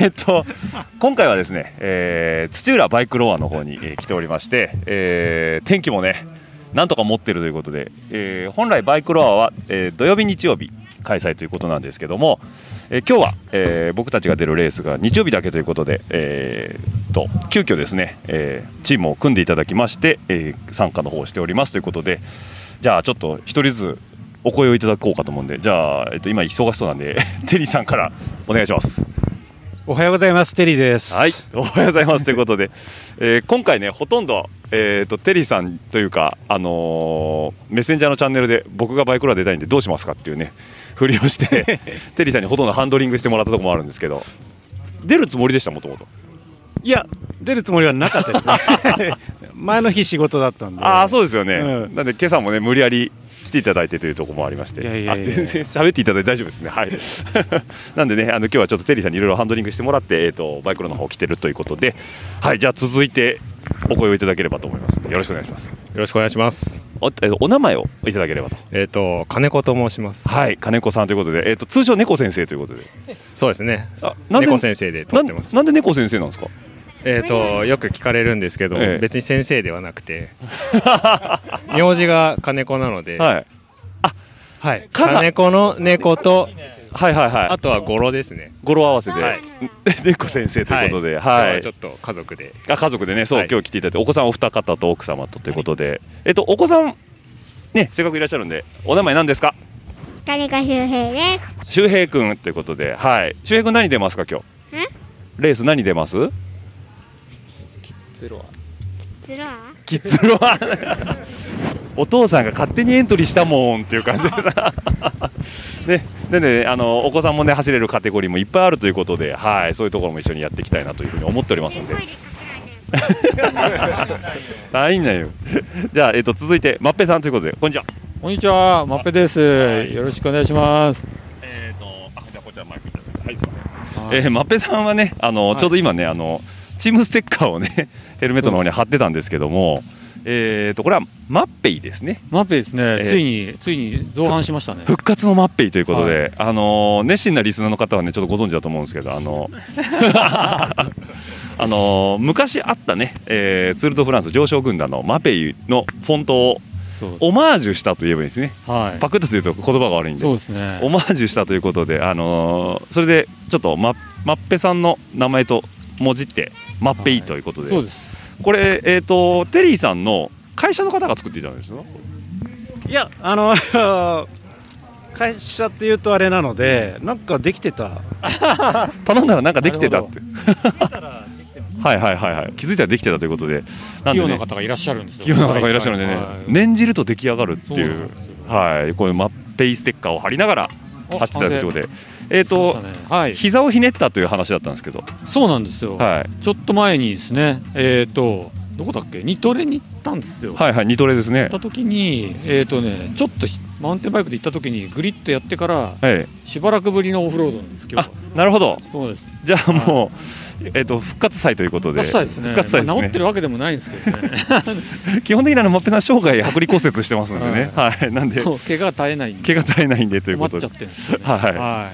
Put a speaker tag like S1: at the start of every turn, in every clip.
S1: えっと、今回はですね、えー、土浦バイクロアの方に、えー来ておりまして、えー天気もね、なんとか持ってるということで、えー本来バイクロアは、えー土曜日日曜日開催ということなんですけども、えー今日は、えー僕たちが出るレースが日曜日だけということで、えーと急遽ですね、えーチームを組んでいただきまして、えー参加の方をしておりますということで、じゃあちょっと一人ずつお声をいただこうかと思うんで、じゃあ、えっと、今忙しそうなんで、 テリーさんからお願いします。
S2: おはようございます、テリーです。
S1: はい、おはようございますということで、えー今回ね、ほとんど、えー、とテリーさんというか、あのーメッセンジャーのチャンネルで僕がバイクロア出たいんでどうしますかっていうね、ふりを して、テリーさんにほとんどハンドリングしてもらったところもあるんですけど、出るつもりでした、もともと。
S2: いや、出るつもりはなかった ですね。前の日仕事だったんで。
S1: ああ、そうですよね、
S2: うん
S1: なんで、今朝もね、無理やり来ていただいてというところもありまして、
S2: いやいやいやいや
S1: あ全然喋っていただいて大丈夫ですね、はい。 なんでね、あの今日はちょっとテリーさんにいろいろハンドリングしてもらって、えー、とバイクロの方来てるということで、はい、じゃあ続いて、お声をいただければと思いますのでよろしくお願いします。
S3: よろしくお願いします。
S1: お,、えーとお名前をいただければと。
S3: えっ、と金子と申します。
S1: はい、金子さんということで、えー、と通称、猫先生ということで、
S3: そうですね
S1: あ。なんで
S3: 猫先生で撮
S1: な
S3: っ
S1: ん
S3: てます。
S1: なんで猫先生なんですか
S3: えっ、とよく聞かれるんですけど、
S1: ええ
S3: 別に先生ではな くて、名字が金子なので、
S1: はい、
S3: はい
S1: かが
S3: 金子の猫と
S1: はいはいは
S3: あ
S1: い、
S3: とは語呂ですね。
S1: 語呂合わせで、
S3: はい
S1: 猫先生ということで、はい、
S3: 今日はちょっと家族で。
S1: あ家族でね、そう、
S3: はい
S1: 今日来ていただいて、お子さんお二方と奥様とということで、えっと、お子さん、ね、せっかくいらっしゃるんで、お名前何ですか
S4: 金子周平です。
S1: 周平くんということで、はい、周平くん何出ますか、今日
S4: え
S1: レース何出ます
S4: ズロア
S1: キッズロアお父さんが勝手にエントリーしたもんっていう感じでさ、 ね、でねあのお子さんもね走れるカテゴリーもいっぱいあるということで、はい、そういうところも一緒にやっていきたいなというふうに思っておりますんで
S4: トイレ隠らね。
S1: あいいんだよじゃあ、えっと、続いてまっぺさんということでこんにちは
S5: こんにちは、まっぺです。よろしくお願いします。
S1: えー、とあじゃあこちらマイクいただいてはいすいませんえー、まっぺさんはねあの、
S5: い
S1: ちょうど今ねあのチームステッカーを ねヘルメットの方に貼ってたんですけどもえー、とこれはマッペイですね
S5: まっぺですね、
S1: えー
S5: ついに、ついに造反しましたね。
S1: 復活のマッペイということで、あのー熱心なリスナーの方はねちょっとご存知だと思うんですけどあ のあのー昔あったね、えーツール・ド・フランス上昇軍団のマッペイのフォントを
S5: そう。
S1: オマージュしたといえばいいですね
S5: は
S1: パクッと言うと言葉が悪いん
S5: い。
S1: で
S5: そうですね。
S1: オマージュしたということで、あのーそれでちょっとままっぺさんの名前ともじってまっぺいということで,、
S5: そうです。
S1: これ、えー、とテリーさんの会社の方が作っていたんですよ
S2: いや、あの、 会社っていうとあれなので、なんかできてた。
S1: 頼んだらなんかできてたって
S2: ら
S1: はいはいはいはい気づいたらできてたということでなん
S5: 企
S1: で
S5: 業の
S1: ね
S5: 方がいらっしゃるんですよ。
S1: 企業の方がいらっしゃるんでね、
S5: はい
S1: 念じると出来上がるってい
S5: そうな
S1: うん
S5: ですよ
S1: はいこういうマッペイステッカーを貼りながら
S5: お
S1: 走ってたということでえっ、と、
S5: そうでしたねはい。
S1: 膝をひねったという話だったんですけど、
S5: そうなんですよ。
S1: はい、
S5: ちょっと前にですね、えっと、どこだっけ、ニトレに行ったんですよ。行
S1: はいはい二トレですね
S5: っ。た時に、えっとね、ちょっとひマウンテンバイクで行った時に、グリッドやってから、
S1: はい、
S5: しばらくぶりのオフロードなんです、今日は。
S1: なるほど
S5: そうです。
S1: じゃあもう、えっと復活祭ということで
S5: ガッサイですね。
S1: 復活祭ですね
S5: まあ治ってるわけでもないんですけ どね。
S1: 基本的にあのマッペさん生涯剥離骨折してますんでね、はいなんで
S5: もう怪我が絶えないんで
S1: 怪我絶えないんでという
S5: 困
S1: こ
S5: っ
S1: と
S5: ちゃ
S1: で
S5: ってるんですよね
S1: はい
S5: は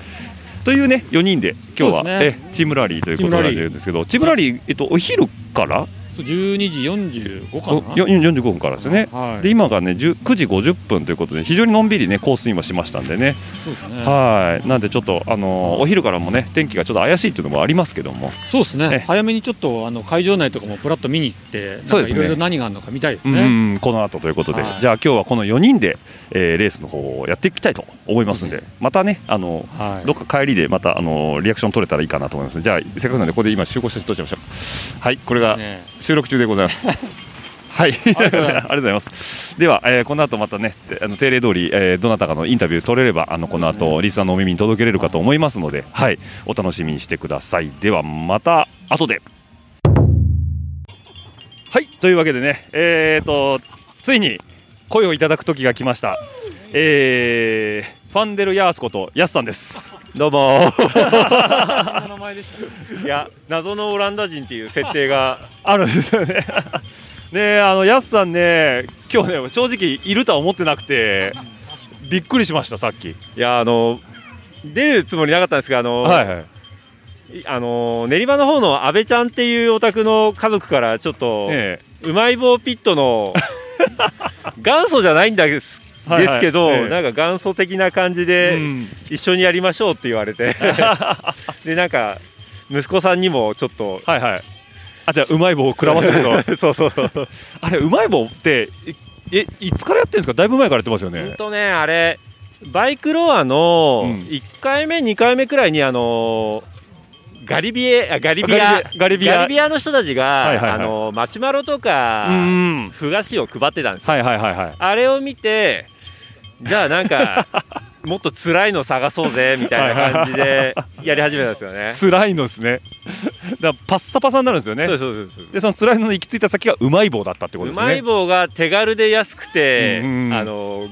S1: というね4人で今日は、
S5: そうで
S1: え
S5: す
S1: チームラリーということになってるんですけどチームラリー、えっと、お昼から
S5: いそう12時45
S1: お
S5: かな
S1: よ45分からですね、
S5: はい
S1: で今がね10 9時50分ということで非常にのんびりねコース今しましたんでね、
S5: そうですね
S1: はいなんでちょっとあのーお昼からもね天気がちょっと怪しいというのもありますけども
S5: そうです
S1: ええ
S5: ね早めにちょっとあの会場内とかもプラッと見に行ってなん
S1: そう
S5: か
S1: です
S5: い
S1: ね
S5: ろいろ何があるのか見たいですね
S1: うんこの後ということで、
S5: はい
S1: じゃあ今日はこの4人で、えーレースの方をやっていきたいと思いますんで、またねあの、
S5: はい
S1: どっか帰りでまたあのリアクション取れたらいいかなと思いますじゃあせっかくなんでここで今集合写真撮っちゃいましょうはいこれが
S5: ね
S1: 収録中でござい ます。 はい、ありがとうございます。では、えーこの後またね、てあの定例通り、えーどなたかのインタビュー取れれば、あのこの後、リスナーのお耳に届けれるかと思いますので、はい、お楽しみにしてください。では、また後で。はいというわけでねえー、とついに声をいただく時が来ましたえー、ファンデルヤースことヤスさんですどうも
S5: 名前でした
S1: いや謎のオランダ人っていう設定があるんですよねねあのヤスさんね今日ね正直いるとは思ってなくてびっくりしましたさっき
S6: いやあの出るつもりなかったんですけどあの、
S1: はいはい
S6: いあの練馬の方の阿部ちゃんっていうお宅の家族からちょっと、
S1: え
S6: うまい棒ピッ トの元祖じゃないんです
S1: はいはい
S6: ですけど、
S1: ええ
S6: なんか元祖的な感じ
S1: え
S6: で、
S1: うん
S6: 一緒にやりましょうって言わ れてでなんか息子さんにもちょっと
S1: はいはいあじゃあうまい棒をくらませると
S6: そうそうそう
S1: あれうまい棒っていえいつからやってるんですかだいぶ前からやってますよ
S6: ほん
S1: ね
S6: とねあれバイクロアの
S1: うん
S6: 1回目2回目くらいにあのガリビエあガリビア
S1: ガリビア
S6: ガリビアの人たちが、
S1: いはいはい
S6: あのマシュマロと
S1: う
S6: か
S1: んはい
S6: ふ菓子を配ってたんですよ
S1: はいはいはい
S6: あれを見てじゃあな んかもっと辛いの探そうぜみたいな感じでやり始めたんですよね。
S1: 辛いのですね だからパッサパサになるんですよね
S6: そうそうそうそう
S1: でその辛いのに行き着いた先がうまい棒だったってこと
S6: う
S1: ですね
S6: まい棒が手軽で安くて、
S1: うんうん
S6: あの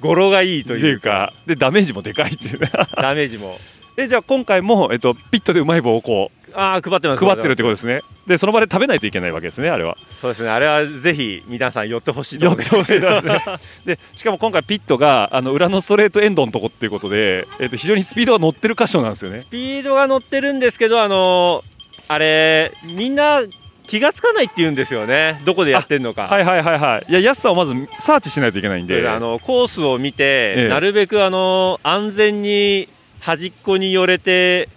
S6: 語呂がいいと
S1: と
S6: い
S1: いうう
S6: か
S1: かでダメージもでかいって いうね
S6: ダメージも
S1: でじゃあ今回も、えっと、ピットでうまい棒をこ
S6: ああ配ってま
S1: う
S6: す
S1: 配ってるってことですねでその場で食べないといけないわけですねあれは
S6: そうですねあれはぜひ皆さん寄ってほしいと
S1: 寄
S6: 思
S1: ってほしいですねでしかも今回ピットがあの裏のストレートエンドのとこっていうことで、えっと、非常にスピードが乗ってる箇所なんですよね
S6: スピードが乗ってるんですけどあのあれみんな気がつかないって言うんですよねどこでやってんのか
S1: はいはいはいはいいや安さをまずサーチしないといけないん
S6: で
S1: で
S6: あのコースを見て、
S1: ええ
S6: なるべくあの安全に端っこに寄れて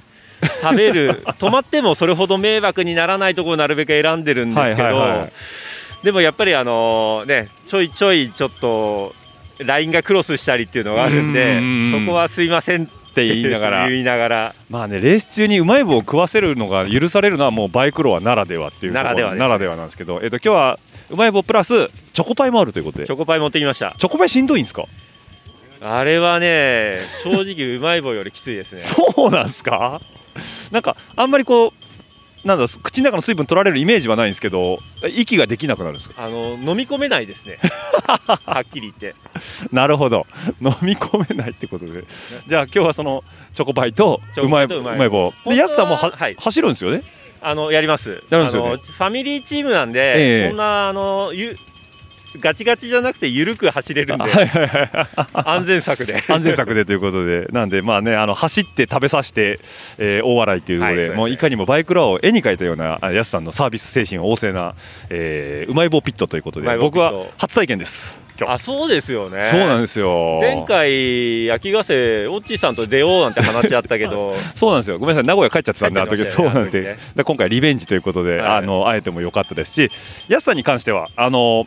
S6: 食べ る止まってもそれほど迷惑にならないところをなるべく選んでるんですけど、
S1: はいはいはい
S6: でもやっぱりあの、ね、ちょいちょいちょっとラインがクロスしたりっていうのがあるん
S1: う
S6: で
S1: んうんうん
S6: そこはすいませんって言いながら 言いながら
S1: まあねレース中にうまい棒を食わせるのが許されるのはもうバイクロアならではっていうところ
S6: ならではで
S1: な
S6: すね
S1: んですけど、えっと、今日はうまい棒プラスチョコパイもあるということで
S6: チョコパイ持ってきました
S1: チョコパイしんどいんですか
S6: あれはね正直うまい棒よりきついですね
S1: そうなんですかなんかあんまりこうなんだろう口の中の水分取られるイメージはないんですけど息ができなくなるんですか
S6: あの飲み込めないですね はっきり言って
S1: なるほど飲み込めないってことでじゃあ今日はそのチョコパイと
S6: チ
S1: う
S6: ョコパ
S1: ま
S6: イ
S1: い
S6: と
S1: 棒
S6: うまい棒
S1: うまい棒
S6: 本当は
S1: でやすさんもは、
S6: はい
S1: 走るんですよね
S6: あのやります。
S1: やるんですよね
S6: あのファミリーチームなんで、
S1: ええ
S6: そんなあのゆガチガチじゃなくてゆるく走れるんで、
S1: はいはいはい
S6: 安全策で。
S1: 安全策でということ で、なんで、まあね、あの走って食べさせて、えー大笑いということ
S6: はい
S1: で、
S6: そうですね
S1: もういかにもバイクラを絵に描いたような、あやすさんのサービス精神旺盛な、えーうまい棒ピットということ
S6: うま
S1: で、
S6: い棒ピ
S1: 僕
S6: ット
S1: は初体験です、今
S6: あ、
S1: 日。
S6: そうですよね。
S1: そうなんですよ
S6: 前回秋ヶ瀬オッチーさんと出ようなんて話し合った けど、
S1: そうなんですよごめんなさい名古屋帰っちゃってたんだあの
S6: 帰っ
S1: 時
S6: ちゃいました
S1: そうな
S6: よね
S1: んですよ、
S6: あの時ね
S1: で今回リベンジということで、
S6: はい
S1: あの会えても良かったですしやすさんに関してはあの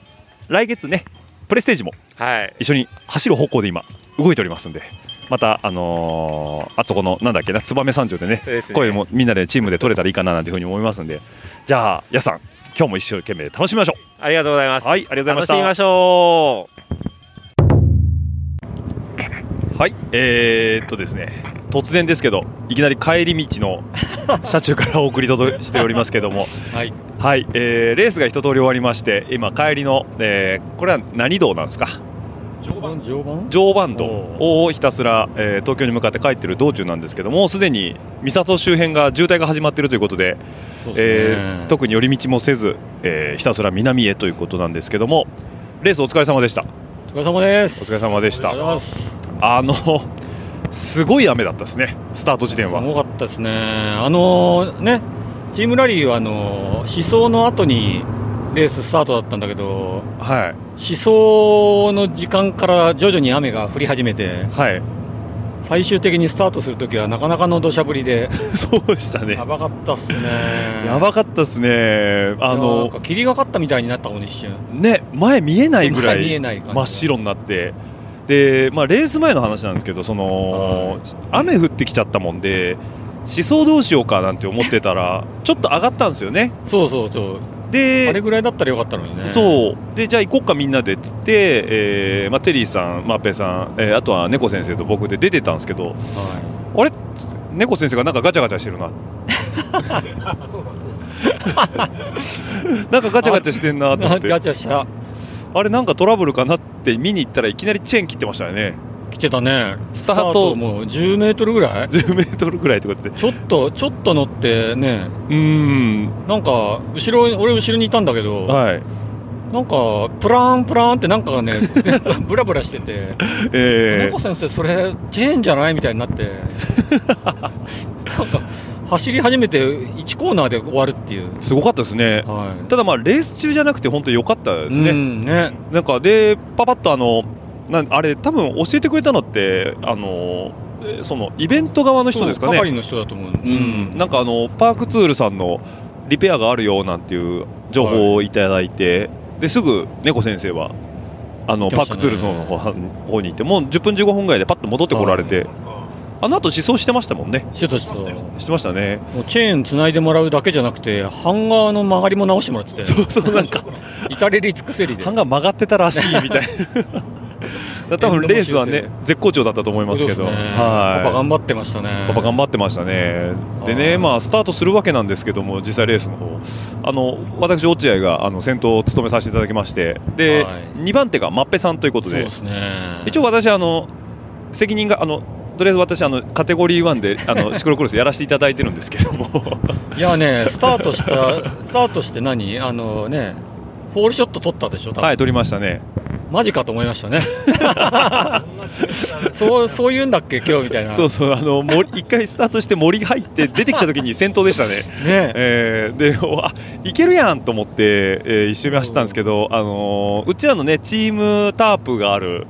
S1: 来月ねプレステージも
S6: はい。
S1: 一緒に走る方向で今動いておりますんでまたあのーあそこのなんだっけな燕三条でね
S6: そうですね
S1: 声もみんなでチームで取れたらいいかななんていうふうに思いますんでじゃあやすさん今日も一生懸命楽しみましょ
S6: ありがとうございます。
S1: うはいありがとうございま
S6: 楽
S1: し
S6: したみましょう。
S1: はい、えー、っとですね、突然ですけど、いきなり帰り道 の車中からお送り届けしておりますけども、
S3: はい、
S1: はいえーレースが一通り終わりまして、今、帰りの、えーこれは何道なんですか、
S5: 常盤常盤
S1: 常磐道
S6: お
S1: をひたすら、えー東京に向かって帰ってる道中なんですけど、もうすでに三郷周辺が渋滞が始まっているということで、
S5: そう
S1: えー特に寄り道もせず、えーひたすら南へということなんですけども、レースお疲れ様でした。
S5: お疲れ様です
S1: お疲れ様でした
S5: ありがとうございます
S1: あのすごい雨だったですね、スタート地点
S5: す
S1: は。
S5: ごかったですねあのーねチームラリーはあのー思想の後にレーススタートだったんだけど
S1: はい
S5: 思想の時間から徐々に雨が降り始めて
S1: はい、
S5: 最終的にスタートするときはなかなかの土砂降り で
S1: そうでしたね
S5: や。ばかったっすね
S1: やばかったですね。あ
S5: なん
S1: の
S5: か霧がかったみたいになったもんね一瞬
S1: ね前見えないぐら
S5: 見え
S1: い
S5: ない感じ
S1: 真っ白になって。でまあ、レース前の話なんですけどその、雨降ってきちゃったもんで思想どうしようかなんて思ってたらちょっと上がったんですよね
S5: そうそうそうあれ
S1: で、
S5: ぐらいだったらよかったのにね
S1: そうでじゃあ行こっかみんなでっつって、えーまあ、テリーさん、マッペさん、えーあとは猫先生と僕で出てたんですけど
S5: は
S1: あれ猫先生がなんかガチャガチャしてるなそうだそう なんかガチャガチャしてんなと思
S5: ガ
S1: っ
S5: チ
S1: てあ
S5: ャした
S1: れなんかトラブルかなって見に行ったらいきなりチェーン切ってましたよね
S5: 来てたね
S1: スタート
S5: もう10メートルぐらい
S1: 10メートルぐらいってことで
S5: ちょっとちょっと乗ってね
S1: うーん
S5: なんか後ろ俺後ろにいたんだけど
S1: はい
S5: なんかプランプランってなんかがね ブラブラしてて
S1: え
S5: 猫先生それチェーンじゃないみたいになって なんか走り始めて1コーナーで終わるっていう
S1: ー、すごかったですね
S5: はい
S1: ただまあレース中じゃなくて本当良かったですね、
S5: うんね
S1: なんかでパパッとあのなんあれ多分教えてくれたのってあのえーそのイベント側の人ですか
S5: そう
S1: ね
S5: 係の人だと思う、う
S1: うん、なんかあのパークツールさんのリペアがあるよなんていう情報をいただいて、ですぐ猫先生はあの、
S5: 行って
S1: パ
S5: ま
S1: ー
S5: し
S1: ク
S5: たね
S1: ツールさんの方方に行ってもう10分15分ぐらいでパッと戻ってこられて、あの後思想してましたもんね
S5: してた人
S1: してましたね
S5: もうチェーンつないでもらうだけじゃなくてハンガーの曲がりも直してもらってて
S1: そうそうなんか
S5: 至れり尽くせりで
S1: ハンガー曲がってたらしいみたいな 多分レースはね絶好調だったと思いますけど
S5: そうですね
S1: はい
S5: パパ頑張ってましたね
S1: パパ頑
S5: 張
S1: 張ってましたね。で
S5: は
S1: ね、
S5: い
S1: まあ、スタートするわけなんですけども、実際レースの方あの私、落合があの先頭を務めさせていただきまして、で、
S5: はい
S1: 2番手がマッペさんということ
S5: そう
S1: で
S5: で、すね
S1: 一応私、あの責任が、あのとりあえず私、あのカテゴリー1であ のシクロクロスやらせていただいてるんですけども、
S5: いやねスタートした スタートして何あのねホールショット取ったでしょ多分
S1: はい、取りましたね。
S5: マジかと思いまし たねそうそう言うんだっけ今日みたいな
S1: そうそう、あの森一回スタートして森入って出てきた時に先頭でしたね。
S5: ね
S1: えーで おあいけるやんと思って、えー一周目走ったんですけど、あのーうちらの、ね、チームタープがある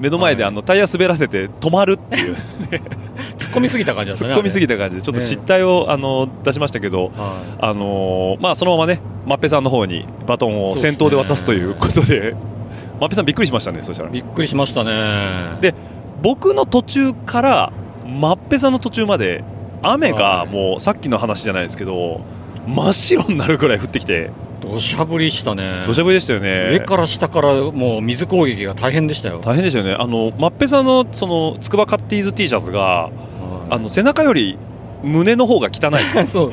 S1: 目の前で、
S5: はい
S1: あのタイヤ滑らせて止まるっていう
S5: 突っ込みすぎた感じだった
S1: 突
S5: ね
S1: っ込みすぎ
S5: た
S1: た感じでちょっと失態を、あのー出しましたけど、
S5: は
S1: あのーまあ、そのままねマッペさんの方にバトンを先頭で渡すということで マッペさんびっくりしましたねそしたら
S5: いびっくりしましたね
S1: で僕の途中からマッペさんの途中まで雨が
S5: はい
S1: もうさっきの話じゃないですけど真っ白になるぐらい降ってきて
S5: 土砂降りしたね
S1: 土砂降りでしたよね。
S5: 上から下からもう水攻撃が大変でしたよ、
S1: 大変でしたよね、あのマッペさんのそのつくばカッティーズ T シャツが、あ
S5: あ
S1: の背中より胸の方が汚い、
S5: のそう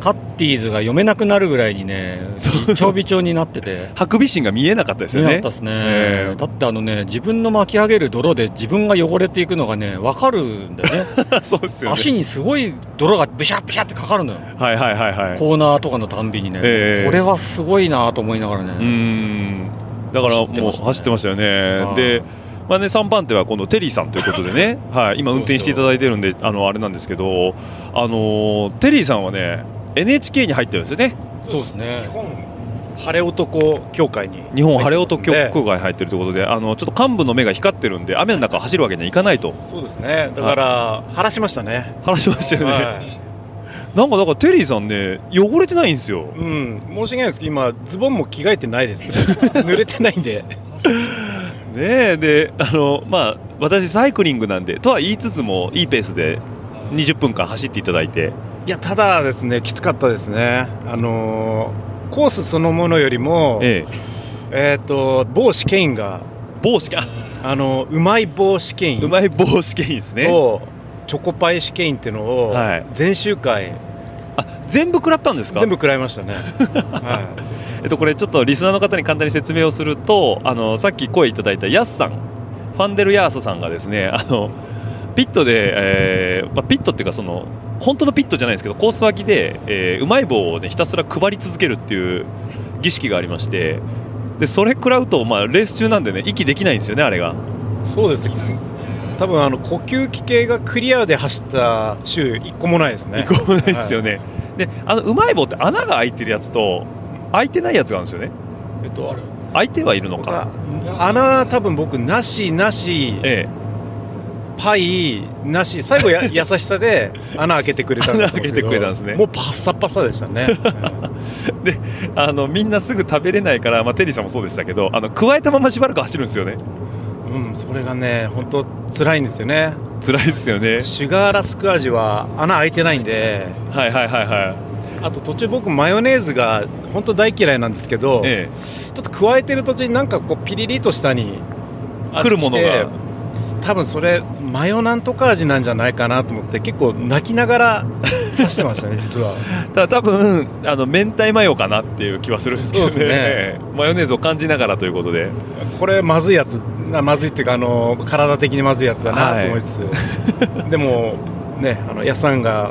S5: カッティーズが読めなくなるぐらいにねびちょびちょになってて
S1: ハクビシンが見えなかったです
S5: 見
S1: よ
S5: なか
S1: ね
S5: った。ですね、
S1: ええ
S5: だってあのね自分の巻き上げる泥で自分が汚れていくのがね分かるんだよね
S1: そう ですよね。
S5: 足にすごい泥がブシャブシャってかかるのよ
S1: はいはいはいはい。
S5: コーナーとかのたんびにね、
S1: ええ
S5: これはすごいなと思いながら
S1: う
S5: ね、
S1: ん。だからもう走
S5: 走
S1: っ
S5: ってて
S1: ま
S5: ま
S1: したよね
S5: は。い
S1: で、まあね3番手はこのテリーさんということでね、はい今運転していただいてるんであのあれなんですけど、あのテリーさんはね NHK に入ってるんですよね。
S5: そうですね
S2: 晴れ男協会に
S1: 日本晴れ男協会入ってるということで、あのちょっと幹部の目が光ってるんで雨の中走るわけにはいかないと
S2: そうですねだから晴らしましたね
S1: 話しましたよね。
S2: はい
S1: なんかだからテリーさんね汚れてないんですよ
S2: うん申し訳ないですけど今ズボンも着替えてないですね 濡れてないんで
S1: ねえであのまあ私サイクリングなんでとは言いつつもいいペースで20分間走っていただいて
S2: いやただですねきつかったですねあのーコースそのものよりもえっ、
S1: ええ
S2: と某試験員が
S1: 帽子か
S2: あのうまい棒試験員
S1: うまい帽子券ですね
S2: とチョコパイ試験員っていうのを
S1: はい
S2: 全周回
S1: あ全部食らったんですか
S2: 全部食らい ましたね、は
S1: えっとこれちょっとリスナーの方に簡単に説明をするとあのさっき声いただいたヤスさんファンデルヤーソさんがですねあのピットで、えーまあ、ピットっていうかその本当のピットじゃないですけどコース脇で、えーうまい棒を、ね、ひたすら配り続けるっていう儀式がありましてでそれ食らうと、まあ、レース中なんでね息できないんですよねあれが
S2: い、そうですね多分あの呼吸器系がクリアで走った週一個もないですね
S1: 一個もないですよね、であのうまい棒って穴が開いてるやつと開いてないやつがあるんですよね
S2: えっと
S1: 開いてはいるのか、
S2: 穴多分僕なしなし
S1: ええ、
S2: パイなし最 後や優しさで穴開けてくれたんだと思うん
S1: 穴開けてくれたんですね
S2: もうパッサパサでした ね
S1: あのみんなすぐ食べれないから、まあ、テリーさんもそうでしたけどあの加えたまましばらく走るんですよね
S2: うんうんそれがね本当辛いんですよね
S1: 辛いですよね
S2: シュガーラスク味は穴開いてないんで
S1: はいはいはいはい
S2: あと途中僕マヨネーズが本当大嫌いなんですけど、
S1: え
S2: ちょっと加えてる途中になんかこうピリリと下に
S1: え来るものが
S2: 多分それマヨなんとか味なんじゃないかなと思って結構泣きながら出してまし たね実は
S1: ただ多分あの明太マヨかなっていう気はするんですけどね
S2: そうで す
S1: マヨネーズを感じながらということで
S2: これまずいやつなまずいっていうかあの体的にまずいやつだなと思いつつ、 でもねあのやっさんが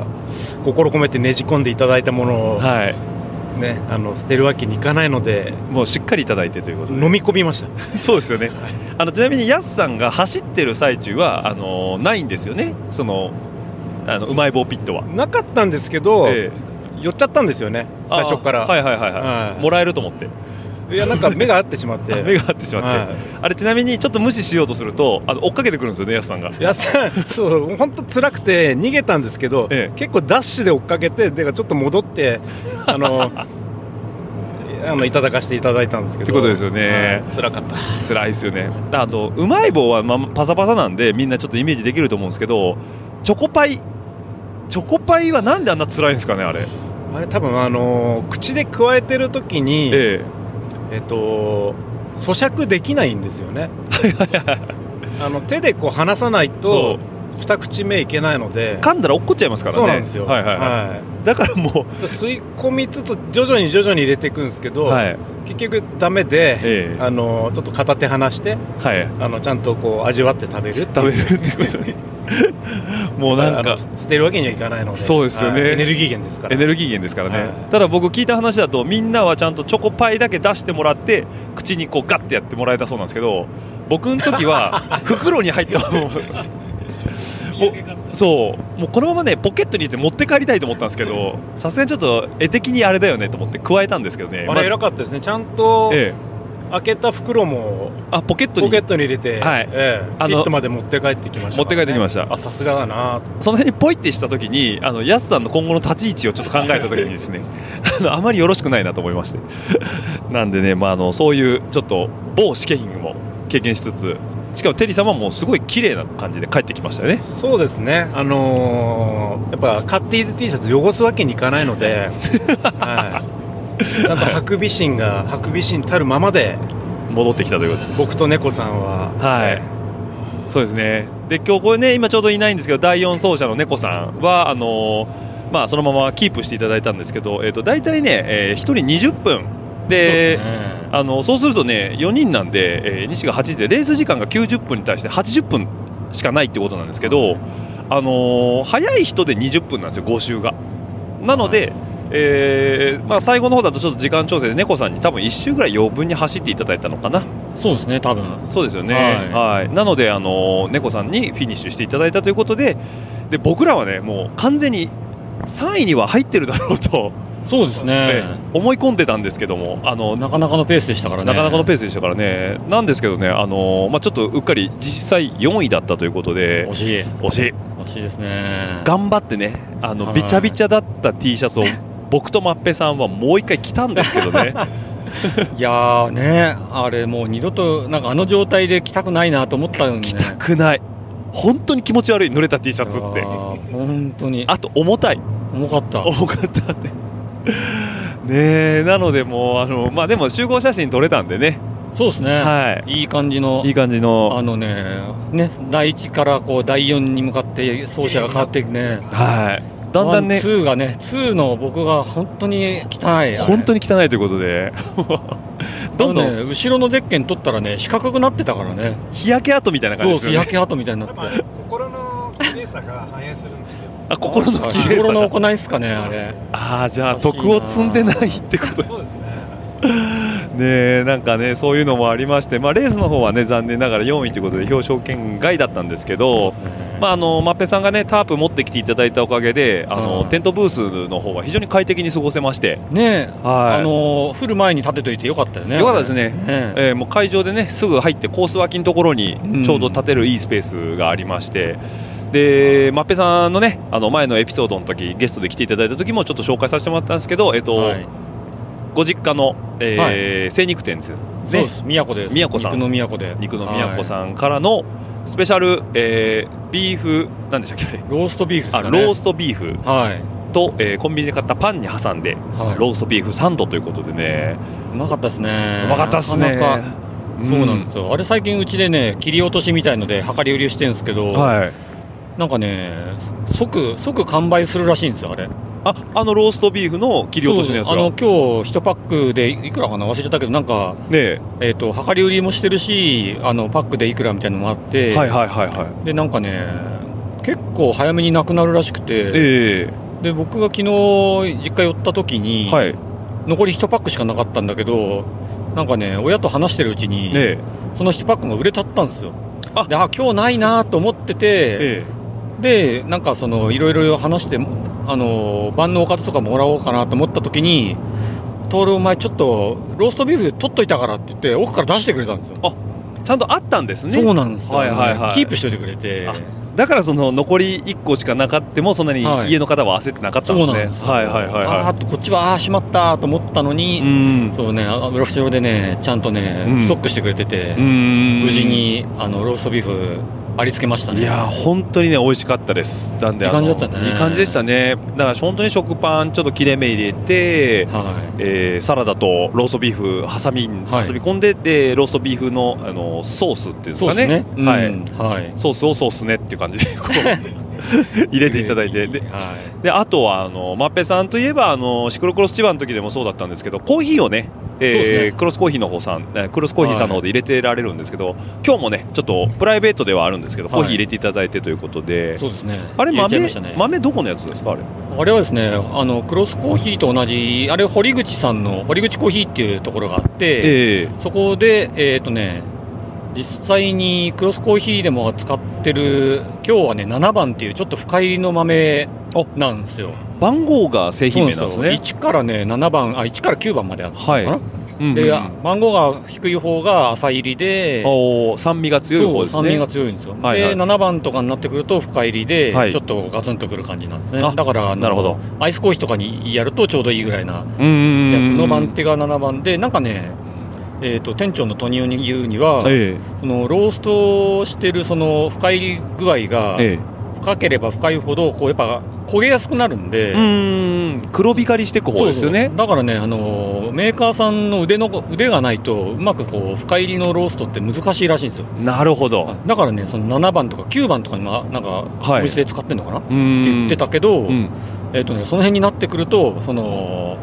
S2: 心込めてねじ込んでいただいたものを、
S1: はい
S2: ね、あの捨てるわけにいかないので
S1: もうしっかりいただいてということで
S2: 飲み込みました
S1: そうですよね。あのちなみにやすさんが走ってる最中はあのないんですよね。そのあのうまい棒ピットは。
S2: なかったんですけど、
S1: ええ
S2: 寄っちゃったんですよね最初か
S1: あ
S2: ら、
S1: ーはいはいはいはい。
S2: はい
S1: もらえると思って。
S2: い、やなんか目が合ってしまって
S1: 目が合ってしまって。
S2: はい
S1: あれちなみにちょっと無視しようとするとあの追っかけてくるんですよねやすさんが。
S2: やっ さんそう本当辛くて逃げたんですけど、
S1: ええ
S2: 結構ダッシュで追っかけてでちょっと 戻ってあのあのいただかせていただいたんですけど
S1: ってことですよね
S2: はい辛かった
S1: 辛いですよね。あとうまい棒はまあパサパサなんでみんなちょっとイメージできると思うんですけどチョコパイ。チョコパイはなんであんな辛いんですかねあれ。
S2: あれ多分あの口でくわえてる時にえっ、
S1: え
S2: と咀嚼できないんですよねあの手でこう離さないと二口目いけないので
S1: え。噛んだら落っこっちゃいますからね。
S2: そうなんですよ
S1: はいはいは
S2: はい
S1: い。だからも
S2: で吸い込みつつ徐々に徐々に入れていくんですけ
S1: う
S2: ど、
S1: はい
S2: 結局ダメで、
S1: ええ
S2: あのちょっと片手離して
S1: はい。
S2: あのちゃんとこう味わって食べるって
S1: 食
S2: いう
S1: べるっていうことに もうなん
S2: あ
S1: か
S2: の捨てるわけにはいかないので
S1: そうですよね
S2: はいエネルギー源ですから
S1: エネルギー源ですからね、
S2: はい
S1: ただ僕聞いた話だとみんなはちゃんとチョコパイだけ出してもらって口にこうガッてやってもらえたそうなんですけど僕の時 は袋に入ったもうそうもうこのままねポケットに入れて持って帰りたいと思ったんですけどさすがにちょっと絵的にあれだよねと思って加えたんですけどね
S2: あれ偉かったですねちゃんと
S1: ええ
S2: 開けた袋も
S1: あポケット
S2: ポ
S1: に
S2: ケットに入れて、
S1: はい
S2: ええ
S1: あの
S2: ピットまで持って帰ってきましたからね、
S1: 持って帰ってきました
S2: あさすがだなと
S1: その辺にポイってした時にあのヤスさんの今後の立ち位置をちょっと考えた時にですね あのあまりよろしくないなと思いまして なんでね、まあ、あのそういうちょっと某試験品も経験しつつしかもテリー様もすごい綺麗な感じで帰ってきましたよね
S2: そうですねあのーやっぱカッティーズ T シャツ汚すわけにいかない ので、はい、ちゃんとハクビシンがハクビシンたるままで
S1: 戻ってきたということで
S2: 僕と猫さんは
S1: はい、そうですねで今日これね今ちょうどいないんですけど第4走者の猫さんはあのーまあ、そのままキープしていただいたんですけど、えー、と大体ね、え1人20分であのそうするとね4人なんで、えー西が8時でレース時間が90分に対して80分しかないってことなんですけど、あのー早い人で20分なんですよ5周が。なので、えーまあ、最後の方だとちょっと時間調整で猫さんに多分1周ぐらい余分に走っていただいたのかな
S5: そうですね、多分
S1: そうですよね、は
S5: はい
S1: なので、あのー猫さんにフィニッシュしていただいたということでで僕らはねもう完全に3位には入ってるだろうと、
S5: そうですね
S1: ね、思い込んでたんですけどもあの
S5: なかなかのペースでしたからね。
S1: なかなかのペースでしたからね、なんですけどね、あのーまあ、ちょっとうっかり実際4位だったということで
S5: 惜、しい、
S1: 惜しい、
S5: 惜しいですね。
S1: 頑張ってね、あの
S5: はい
S1: びちゃびちゃだった T シャツを僕とまっぺさんはもう一回着たんですけどね、
S5: いやーね、あれもう二度と、なんかあの状態で来たくないなと思ったんで、ね。
S1: 着たくない、本当に気持ち悪い、濡れた T シャツって、
S5: 本当に
S1: あと重たい、
S5: 重かった
S1: 重かったって。ねえなので、もうあの、まあ、でも集合写真撮れたんでね、
S5: そうですね、、
S1: はい
S5: い感じの
S1: いい感じの
S5: あ、のねね第1からこう第4に向かって走者が変わっていくね
S1: はい、だんだんね
S5: ワン、2がね2の僕が本当に汚い
S1: 本当
S5: に
S1: に汚いということで、どんどん
S5: ね、後ろのゼッケン取ったらね四角くなってたからね
S1: 日焼け跡みたいな感じ
S5: そう
S1: です
S5: 日
S1: よね。
S5: 焼け跡みたいになって
S2: 心の綺麗さが反映するんですよ
S1: あ心の綺麗
S5: 心
S1: さ
S5: の
S1: が。
S5: 行いですかねあれ
S1: ああじゃあ
S5: 欲しいな
S1: 徳を積んでないってことです
S2: そうですね
S1: ね。なんかねそういうのもありまして、まあレースの方はね残念ながら4位ということで表彰圏外だったんですけど。まああのマッペさんがねタープ持ってきていただいたおかげであの、
S5: うん
S1: テントブースの方は非常に快適に過ごせまして、
S5: ねえ
S1: はい
S5: あの降る前に立てといてよかったよね
S1: よかったですね
S5: え
S1: えーもう会場でねすぐ入ってコース脇のところにちょうど立てるいいスペースがありまして、でマッペさんのねあの前のエピソードの時ゲストで来ていただいた時もちょっと紹介させてもらったんですけど、えっと
S5: はい
S1: ご実家の、えー精肉店です
S5: そうです宮古です
S1: 宮古さん
S5: 肉の宮古で
S1: 肉の宮子さんからのスペシャル、えービーフなんでしたっけあれ
S5: ローストビーフで
S1: あ
S5: すかね
S1: ローストビーフ
S5: はい
S1: と、えーコンビニで買ったパンに挟んで、
S5: はい
S1: ローストビーフサンドということでね
S5: うまかったですね
S1: うまかったっすね
S5: なかなか
S1: うん
S5: そうなんですよあれ最近うちでね切り落としみたいので量り売りしてるんですけど、
S1: はい
S5: なんかね即即完売するらしいんですよあれ
S6: ああのローストビーフの切り落としのやつ
S5: そう
S6: が
S5: あの今日1パックでいくらかな忘れちゃったけどなんか
S1: ね
S5: えー、と量り売りもしてるしあのパックでいくらみたいなのもあって、
S1: はいはいはいはい
S5: でなんかね結構早めになくなるらしくて、
S1: え
S5: で僕が昨日実家寄った時
S1: え
S5: に、
S1: はい
S5: 残り1パックしかなかったんだけどなんかね親と話してるうちに、
S1: ね
S5: その1パックが売れちゃったんですよ
S6: あ
S5: であ今日ないなと思ってて、
S1: え
S5: でなんかそのいろいろ話してあの万能おかずとかもらおうかなと思った時に「徹お前ちょっとローストビーフ取っといたから」って言って奥から出してくれたんですよ
S6: ちゃんとあったんですね
S5: そうなんですよ、
S6: はいはいはい
S5: キープしといてくれて
S1: あだからその残り1個しかなかってもそんなに
S5: はい
S1: 家の方は焦ってなかったん
S5: そう
S1: です
S5: なん
S1: ね、
S5: ですよ
S1: はいはいはい
S5: あー
S1: は
S5: っとこっちはああしまったと思ったの
S1: い
S5: に、
S1: ん
S5: そうねあ裏後ろでねちゃんとね、
S1: うん
S5: ストックしてくれてて、
S1: ん
S5: 無事にあのローストビーフありつけましたね
S1: いやー本当にね美味しかったですなんで
S5: いい
S1: あの
S5: 感じだったね
S1: いい感じでしたねだから本当に食パンちょっと切れ目入れて、
S5: は
S1: えーサラダとローストビーフ挟み,、
S5: はい
S1: 挟み込んででローストビーフのあのソースっていうんです
S5: いそう
S1: か
S5: です
S1: ね
S5: ねうん
S1: は
S5: はいい、はい
S1: ソースをソースねっていう感じでこう 入れていただいてでであとはあのマッペさんといえばあのシクロクロス千葉の時でもそうだったんですけどコーヒーをね,、えー
S5: そうですね
S1: クロスコーヒーの方さんえークロスコーヒーさんの方で入れてられるんですけど、今日もねちょっとプライベートではあるんですけど、
S5: はい
S1: コーヒー入れていただいてということで
S5: そうですね
S1: あれ
S5: 入ちゃいま
S1: 豆
S5: したね
S1: 豆どこのやつですかあれ
S5: あれはですねあのクロスコーヒーと同じあれ堀口さんの堀口コーヒーっていうところがあって、
S1: ええ
S5: そこでえっ、とね実際にクロスコーヒーでも使ってる今日はね7番っていうちょっと深入りの豆なんですよ
S1: 番号が製品名なんです
S5: そう
S1: ね
S5: 1からね7番あ1から9番まであった
S1: はい
S5: かな
S1: うんうん
S5: で、番号が低い方が浅入りで
S1: おー酸味が強い方です
S5: そう酸味
S1: ね
S5: が強いんですよ、
S1: はいはい
S5: で7番とかになってくると深入りで、
S1: はい
S5: ちょっとガツンとくる感じなんですね
S1: あ
S5: だからあの
S1: なるほど
S5: アイスコーヒーとかにやるとちょうどいいぐらいな
S1: うんうんうん
S5: やつの番手が7番でなんかねえー、と店長のトニオに言うには、
S1: え
S5: そのローストしてるその深入り具合が
S1: ええ
S5: 深ければ深いほどこうやっぱ焦げやすくなるんで、
S1: えうん黒光りしてく方ですよね
S5: そうそうだからね、あのーメーカーさんの腕の腕がないとうまくこう深入りのローストって難しいらしいんですよ
S1: なるほど
S5: だからねその7番とか9番とかにもなんか
S1: はい
S5: お店で使ってんのかな、って
S1: うん
S5: 言ってたけど、
S1: うん
S5: えっとね、その辺になってくるとその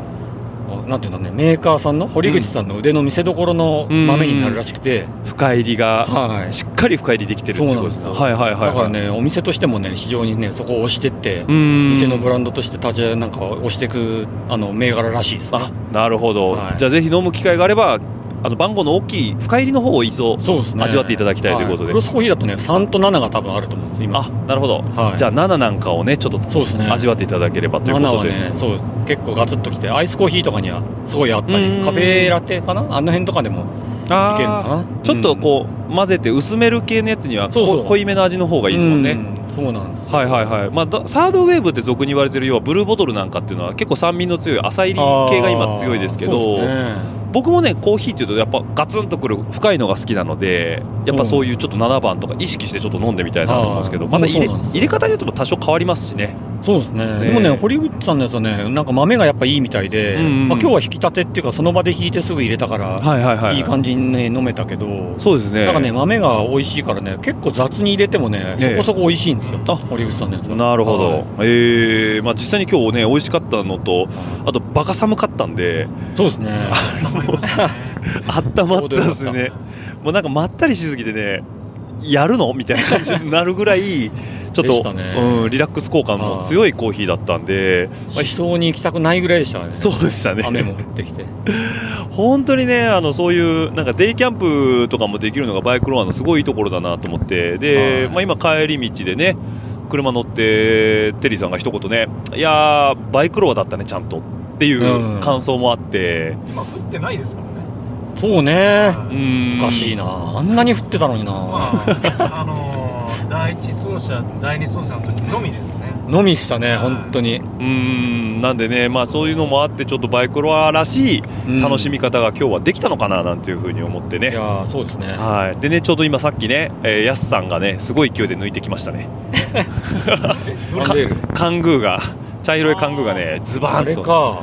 S5: なんていうのねメーカーさんの堀口さんの腕の見せ所の豆になるらしくて、
S1: 深入りが
S5: はい
S1: しっかり深入りできてるってことです
S5: そうな
S1: か。
S5: んですよ
S1: はいはいはいはい。
S5: だからねお店としてもね非常にねそこを押してって
S1: う、ーん、
S5: 店のブランドとして立ちなんか押していくあの銘柄らしいですね
S1: なるほど。
S5: はい
S1: じゃあぜひ飲む機会があれば、あの番号の大きい深入りの方を一度。
S5: そうですね
S1: 味わっていただきたいということで
S5: はクロスコーヒーだとね3と7が多分あると思うんですよ今
S1: あ、なるほど。
S5: はい、
S1: じゃあ7なんかをねちょっと
S5: そうですね
S1: 味わっていただければという
S5: 7
S1: こと
S5: は
S1: で。
S5: ねそう結構ガツッときてアイスコーヒーとかにはすごいあった
S1: う
S5: り
S1: ん
S5: カフェラテかなあの辺とかでもい
S1: あー
S5: けるのかな
S1: ちょっとこう混ぜて薄める系のやつにはこ
S5: そうそう
S1: 濃いめの味の方
S5: う
S1: がいいですもんね。
S5: うんそうなんです
S1: はいはいはい、まあだ、サードウェーブって俗に言われてるようはブルーボトルなんかっていうのは結構酸味の強い浅入り系が今強いですけど
S5: あーそうですね
S1: 僕もねコーヒーっていうとやっぱガツンとくる深いのが好きなのでやっぱそういうちょっと7番とか意識してちょっと飲んでみたいなと思うんですけど
S5: あー
S1: また入れ
S5: そうなんですよ
S1: 入れ方によっても多少変わりますしね
S5: そうですね
S1: ね
S5: でもね堀口さんのやつはねなんか豆がやっぱいいみたいで、
S1: うんうん
S5: まあ、今日は引き立てっていうかその場で引いてすぐ入れたから、
S1: はいはいはい
S5: い、い感じに、ね、飲めたけど
S1: そうですね
S5: なんかね豆が美味しいからね結構雑に入れてもねそ
S1: ええ
S5: こそこ美味しいんですよ、
S1: あ
S5: 堀口さんのやつは
S1: なるほど、
S5: はい
S1: えーまあ、実際に今日ね美味しかったのとあとバカ寒かったん で
S5: そうですね
S1: あったまったですねもうなんかまったりしすぎてねやるのみたいな感じになるぐらいちょっ
S5: でし
S1: と、
S5: たね
S1: うん、リラックス効果も強いコーヒーだったんで、まあ
S5: 思想に行きたくないぐらいでしたね
S1: そうでしたね
S5: 雨も降ってきて
S1: 本当にねあのそういうなんかデイキャンプとかもできるのがバイクロアのすごいいいところだなと思ってで、
S5: は
S1: まあ、今帰り道でね車乗ってテリーさんが一言ね「いやーバイクロアだったねちゃんと」っていう
S5: うん
S1: 感想もあって、
S2: 今降ってないですからね
S5: そうね
S1: うーん
S5: おかしいなあんなに降ってたのにな
S2: あ、あのー第一走者第二走者の時のみですね
S5: のみしたね本当に
S1: うーんなんでね、まあ、そういうのもあってちょっとバイクロアらし
S5: うん
S1: い楽しみ方が今日はできたのかななんていうふうに思って
S5: い
S1: ね。
S5: やーそうですね
S1: はい、でねちょうど今さっきね、えー、やすさんがねすごい勢いで抜いてきましたね
S5: ランデール
S1: カングーが茶色いカングーがねズバ
S5: あ
S1: ー
S5: れ
S1: ンと
S5: か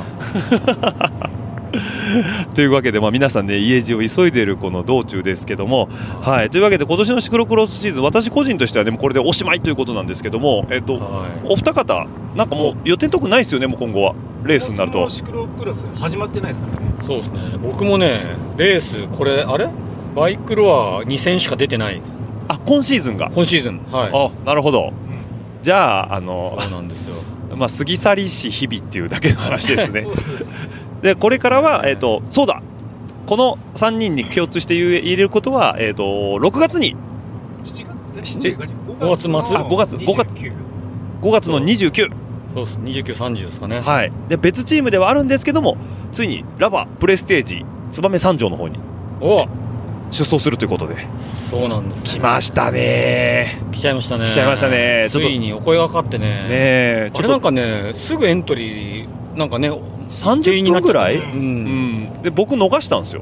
S1: というわけで、まあ、皆さんね家路を急いでいるこの道中ですけども、はい、というわけで今年のシクロクロスシーズン私個人としてはでもこれでおしまいということなんですけども、えっと
S5: はい
S1: お二方なんかもう予定とくないですよねもう今後はレースになると
S2: シクロクロス始まってないですからね
S5: そうですね僕もねレースこれあれバイクロア2戦しか出てないです
S1: あ今シーズンが
S5: 今シーズンはい
S1: あなるほど、じゃああの
S5: そうなんですよ
S1: まあ、過ぎ去りし日々っていうだけの話です ね。でこれからは、えー、とそうだこの3人に共通して言え入れることは、えー、と6月に
S2: 7
S1: 月
S5: 5月末
S1: あ5月5月5月の29、
S5: そうです2930ですかね
S1: はい、で別チームではあるんですけどもついにラバプレステージ燕三条の方に
S5: お
S1: 出走するということで
S5: そうなんです、ね、
S1: 来ましたね
S5: 来ちゃいましたね
S1: 来ちゃいましたねちょ
S5: つ
S1: っと
S5: いにお声がかかって
S1: ね
S5: ね
S1: え
S5: あれなんかねすぐエントリーなんかね
S1: 30分ぐらい、
S5: う、
S1: うん
S5: い
S1: ん、で僕逃したんですよ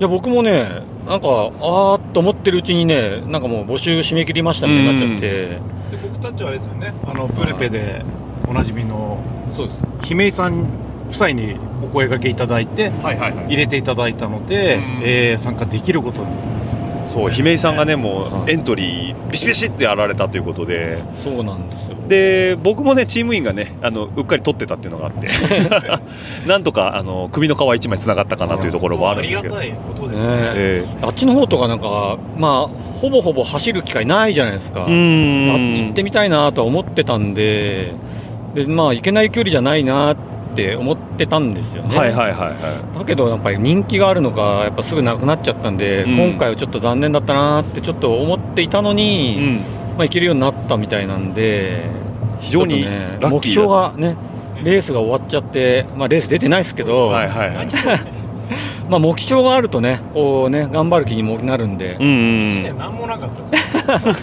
S5: や僕もねなんかあーっと思ってるうちにねなんかもう募集締め切りましたみたいになっちゃって、
S2: で僕たちはあれですよねあのブルペでおなじみの
S5: そうです
S2: 姫井さん夫妻にお声掛けいただいて
S1: はいはいはい
S2: 入れていただいたので、
S1: うん
S2: えー参加できることに
S1: そう姫井さんがねもうエントリービシビシってやられたということで
S5: そうなんですよ
S1: で僕もねチーム員がねあのうっかり取ってたっていうのがあって なんとかあの首の皮一枚つながったかなというところもあるんですけど、
S2: りがたいこと
S5: ですね
S1: え
S5: あっちの方とかなんかまあほぼほぼ走る機会ないじゃないですか、
S1: ー、うー
S5: あ
S1: ん
S5: 行ってみたいなとは思ってたんででまあ行けない距離じゃないなって思ってたんですよね、
S1: はいはいはいは
S5: だけどやっぱり人気があるのかやっぱすぐなくなっちゃったんで、
S1: うん
S5: 今回はちょっと残念だったなってちょっと思っていたの
S1: い、
S5: に、
S1: うん、
S5: まあ、行けるようになったみたいなんで
S1: 非常に
S5: ちょっとね
S1: ラッ
S5: 目
S1: キー
S5: 標
S1: だ、
S5: がねレースが終わっちゃって、まあ、レース出てないですけど、
S1: はいはいはい、
S5: まあ、目標があるとねこうね頑張る気にもなるんで、
S1: うんうんうん
S2: 何もなかったです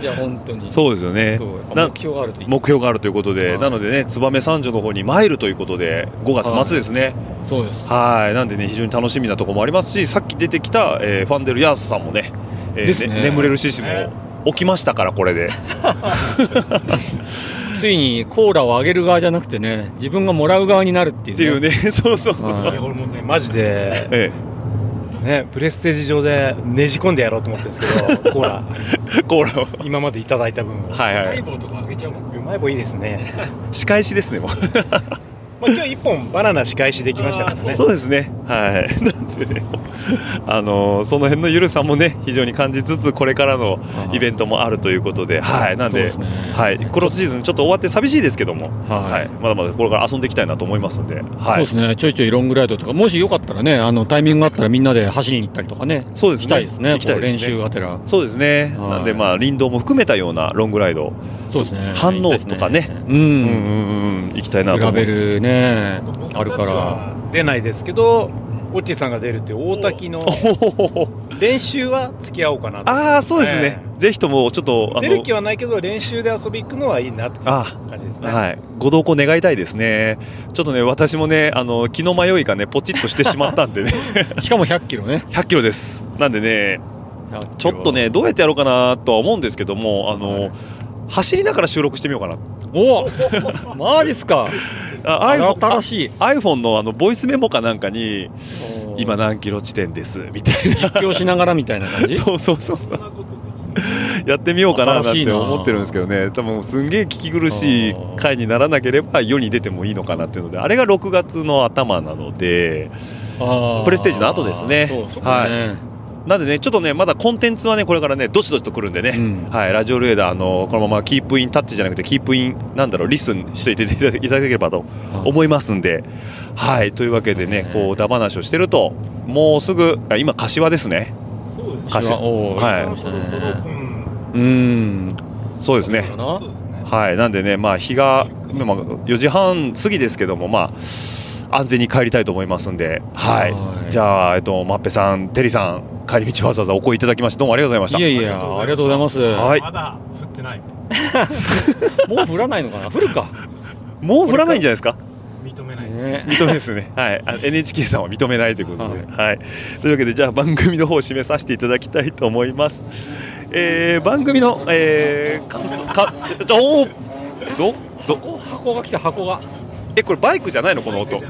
S5: いや本当に
S1: そうですよね
S5: そうやっぱ
S1: な
S5: 目標があるといい
S1: 目標があるということで、
S5: はい
S1: なのでね燕三条の方にマイルということで5月末ですね、
S5: そうです
S1: はい、なんでね、非常に楽しみなところもありますし、さっき出てきた、えーファンデル・ヤースさんもね、えー
S5: ですね
S1: ね眠れる獅子も起きましたから、これで。
S5: ついにコーラをあげる側じゃなくてね自分がもらう側になるっていう
S1: っていうね、 そうそうそう。
S5: はい
S2: いや俺もねマジで
S1: え
S2: ねプレステージ上でねじ込んでやろうと思ってるんですけ どコーラ
S1: えコーラを。
S2: 今までいただいた分を
S1: はいは
S5: 棒とかあげちゃうもん
S2: うまい棒いいですね、
S1: い。仕返しですね、もう。
S2: まあ、今日一本バナナ仕返しできましたからね
S1: そうですね。はい。なんでね、あのーその辺のゆるさもね、非常に感じつつ、これからのイベントもあるということで、はい。なんで、
S5: そうですね
S1: はい。クロスシーズンちょっと終わって寂しいですけども、
S5: はい
S1: はい。まだまだこれから遊んでいきたいなと思いますので、
S5: そう
S1: は
S5: で
S1: い。
S5: すねちょいちょいロングライドとかもしよかったらねあのタイミングがあったらみんなで走りに行ったりとかね
S1: そうですね
S5: 行きたいですね
S1: 行きたいですね
S5: こう練習がてら
S1: そうですね。
S5: はい
S1: なんで、まあ、林道も含めたようなロングライド、
S5: そうですね
S1: 反応とかね
S5: う
S1: うんうん
S5: ん、
S1: うんうん、行きたいなと
S5: グラ
S1: 思
S5: ベ
S1: う。
S5: ルねある
S2: 僕た
S5: か
S2: ち
S5: ら
S2: は出ないですけどオッチーさんが出るっていう大滝の
S1: ほほほほ
S2: 練習は付き合おうかなと
S1: ああ、そうですね。ぜひとも、ちょっと、あ
S2: 出る気はないけど練習で遊び行くのはいいなって感
S1: あ
S2: じですね、
S1: はい、ご同行願いたいですね。ちょっとね、私もね、あの気の迷いがね、ポチッとしてしまったんでね、
S5: しかも100キロね
S1: 100キロです。なんでね、ちょっとね、どうやってやろうかなとは思うんですけども、あの、走りながら収録してみようかな。
S5: おおマジっすか
S1: あ
S5: 新
S1: iPhone
S5: しい
S1: あ iPhone のあのボイスメモかなんかに、今何キロ地点ですみたいな。
S5: 実況しながらみたいな感 じ
S1: そうそうそう。やってみようかななん
S5: 新していな
S1: 思ってるんですけどね、多分すんげえ聞き苦しい回にならなければ世に出てもいいのかなっていうので、あれが6月の頭なので、
S5: あ
S1: プレステージの後ですね
S5: そうですね、
S1: はなんでね、ちょっとね、まだコンテンツはね、これからね、どしどしと来るんでね、
S5: うん
S1: はい、ラジオルエダー、あのこのままキープインタッチじゃなくて、キープイン、なんだろう、リスンしていていただければと思いますんで、はい、というわけでね、こう、だ話をしてると、もうすぐ、あ今、柏ですね、
S2: そうですね
S1: 柏
S5: おー
S1: はい
S5: 行きましたね
S2: うん
S5: うん
S1: そうですね。
S5: な
S2: そうですね
S1: はい、なんでね、まあ、日が、まあ、4時半過ぎですけども、まあ、安全に帰りたいと思いますんで、はい、
S5: はい
S1: じゃあ、えっと、マッペさん、テリーさん、帰り道わざわざお声いただきまして、どうもありがとうございま
S5: い
S1: し
S5: やいやありがとうございます
S1: た。はい、
S2: まだ降ってない
S5: もう降らないのかな降るか、
S1: もう降らないんじゃないですか。
S2: 認めないです、
S5: ね、
S1: 認めですね。 はい、あ NHK さんは認めないということで、はい。というわけでじゃあ番組の方を締めさせていただきたいと思います。えー、番組の、えー、感想か、どうどど
S5: 箱が来た箱が
S1: えこれバイクじゃないのこの音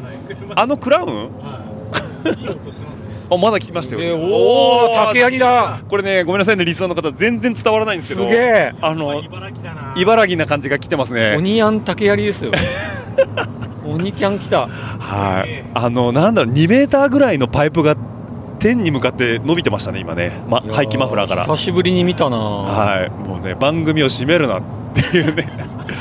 S1: あのクラウン
S2: いい音してますね。
S1: あまだ聞きましたよ、
S5: えーおお竹槍だ
S1: これねごめんなさいねリスナーの方全然伝わらないんですけ
S5: す
S1: ど
S5: げえ
S1: あの
S2: 茨城だな。
S1: 茨城な感じが来てますね
S5: 鬼やん竹槍で すよ鬼キャン来た
S1: はいあのなんだろう2メーターぐらいのパイプが天に向かって伸びてましたね今ね、ま、
S5: いや
S1: 排気マフラーから
S5: 久しぶりに見たな
S1: はい、もうね、番組を締めるなっていうね、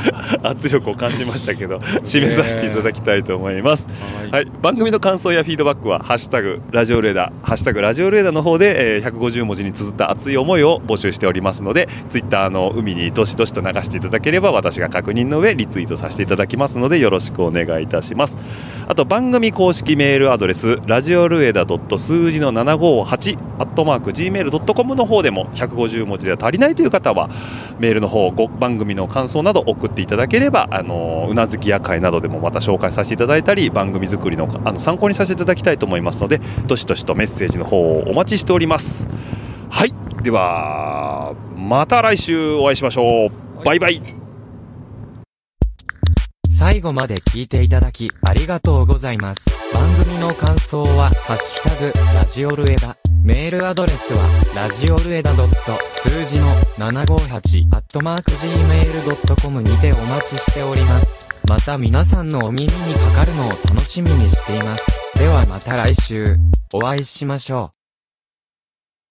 S1: 圧力を感じましたけど、締めさせていただきたいと思います。
S5: はい
S1: はい、番組の感想やフィードバックは、ハッシュタグラジオレーダー、ハッシュタグラジオレーダーの方で、えー150文字に綴った熱い思いを募集しておりますので、ツイッターの海にどしどしと流していただければ、私が確認の上、リツイートさせていただきますので、よろしくお願いいたします。あと番組公式メールアドレスラジオルエダ数字の758アットマーク gmail.com の方でも150文字では足りないという方はメールの方ご番組の感想など送っていただければあのうなずきや会などでもまた紹介させていただいたり番組作りのあの参考にさせていただきたいと思いますのでどしどしとメッセージの方をお待ちしておりますはいではまた来週お会いしましょうバイバイ
S7: 最後まで聞いていただきありがとうございます。番組の感想は、ハッシュタグ、ラジオルエダ。メールアドレスは、ラジオルエダ数字の758、アットマーク gmail.com にてお待ちしております。また皆さんのお耳にかかるのを楽しみにしています。ではまた来週、お会いしましょう。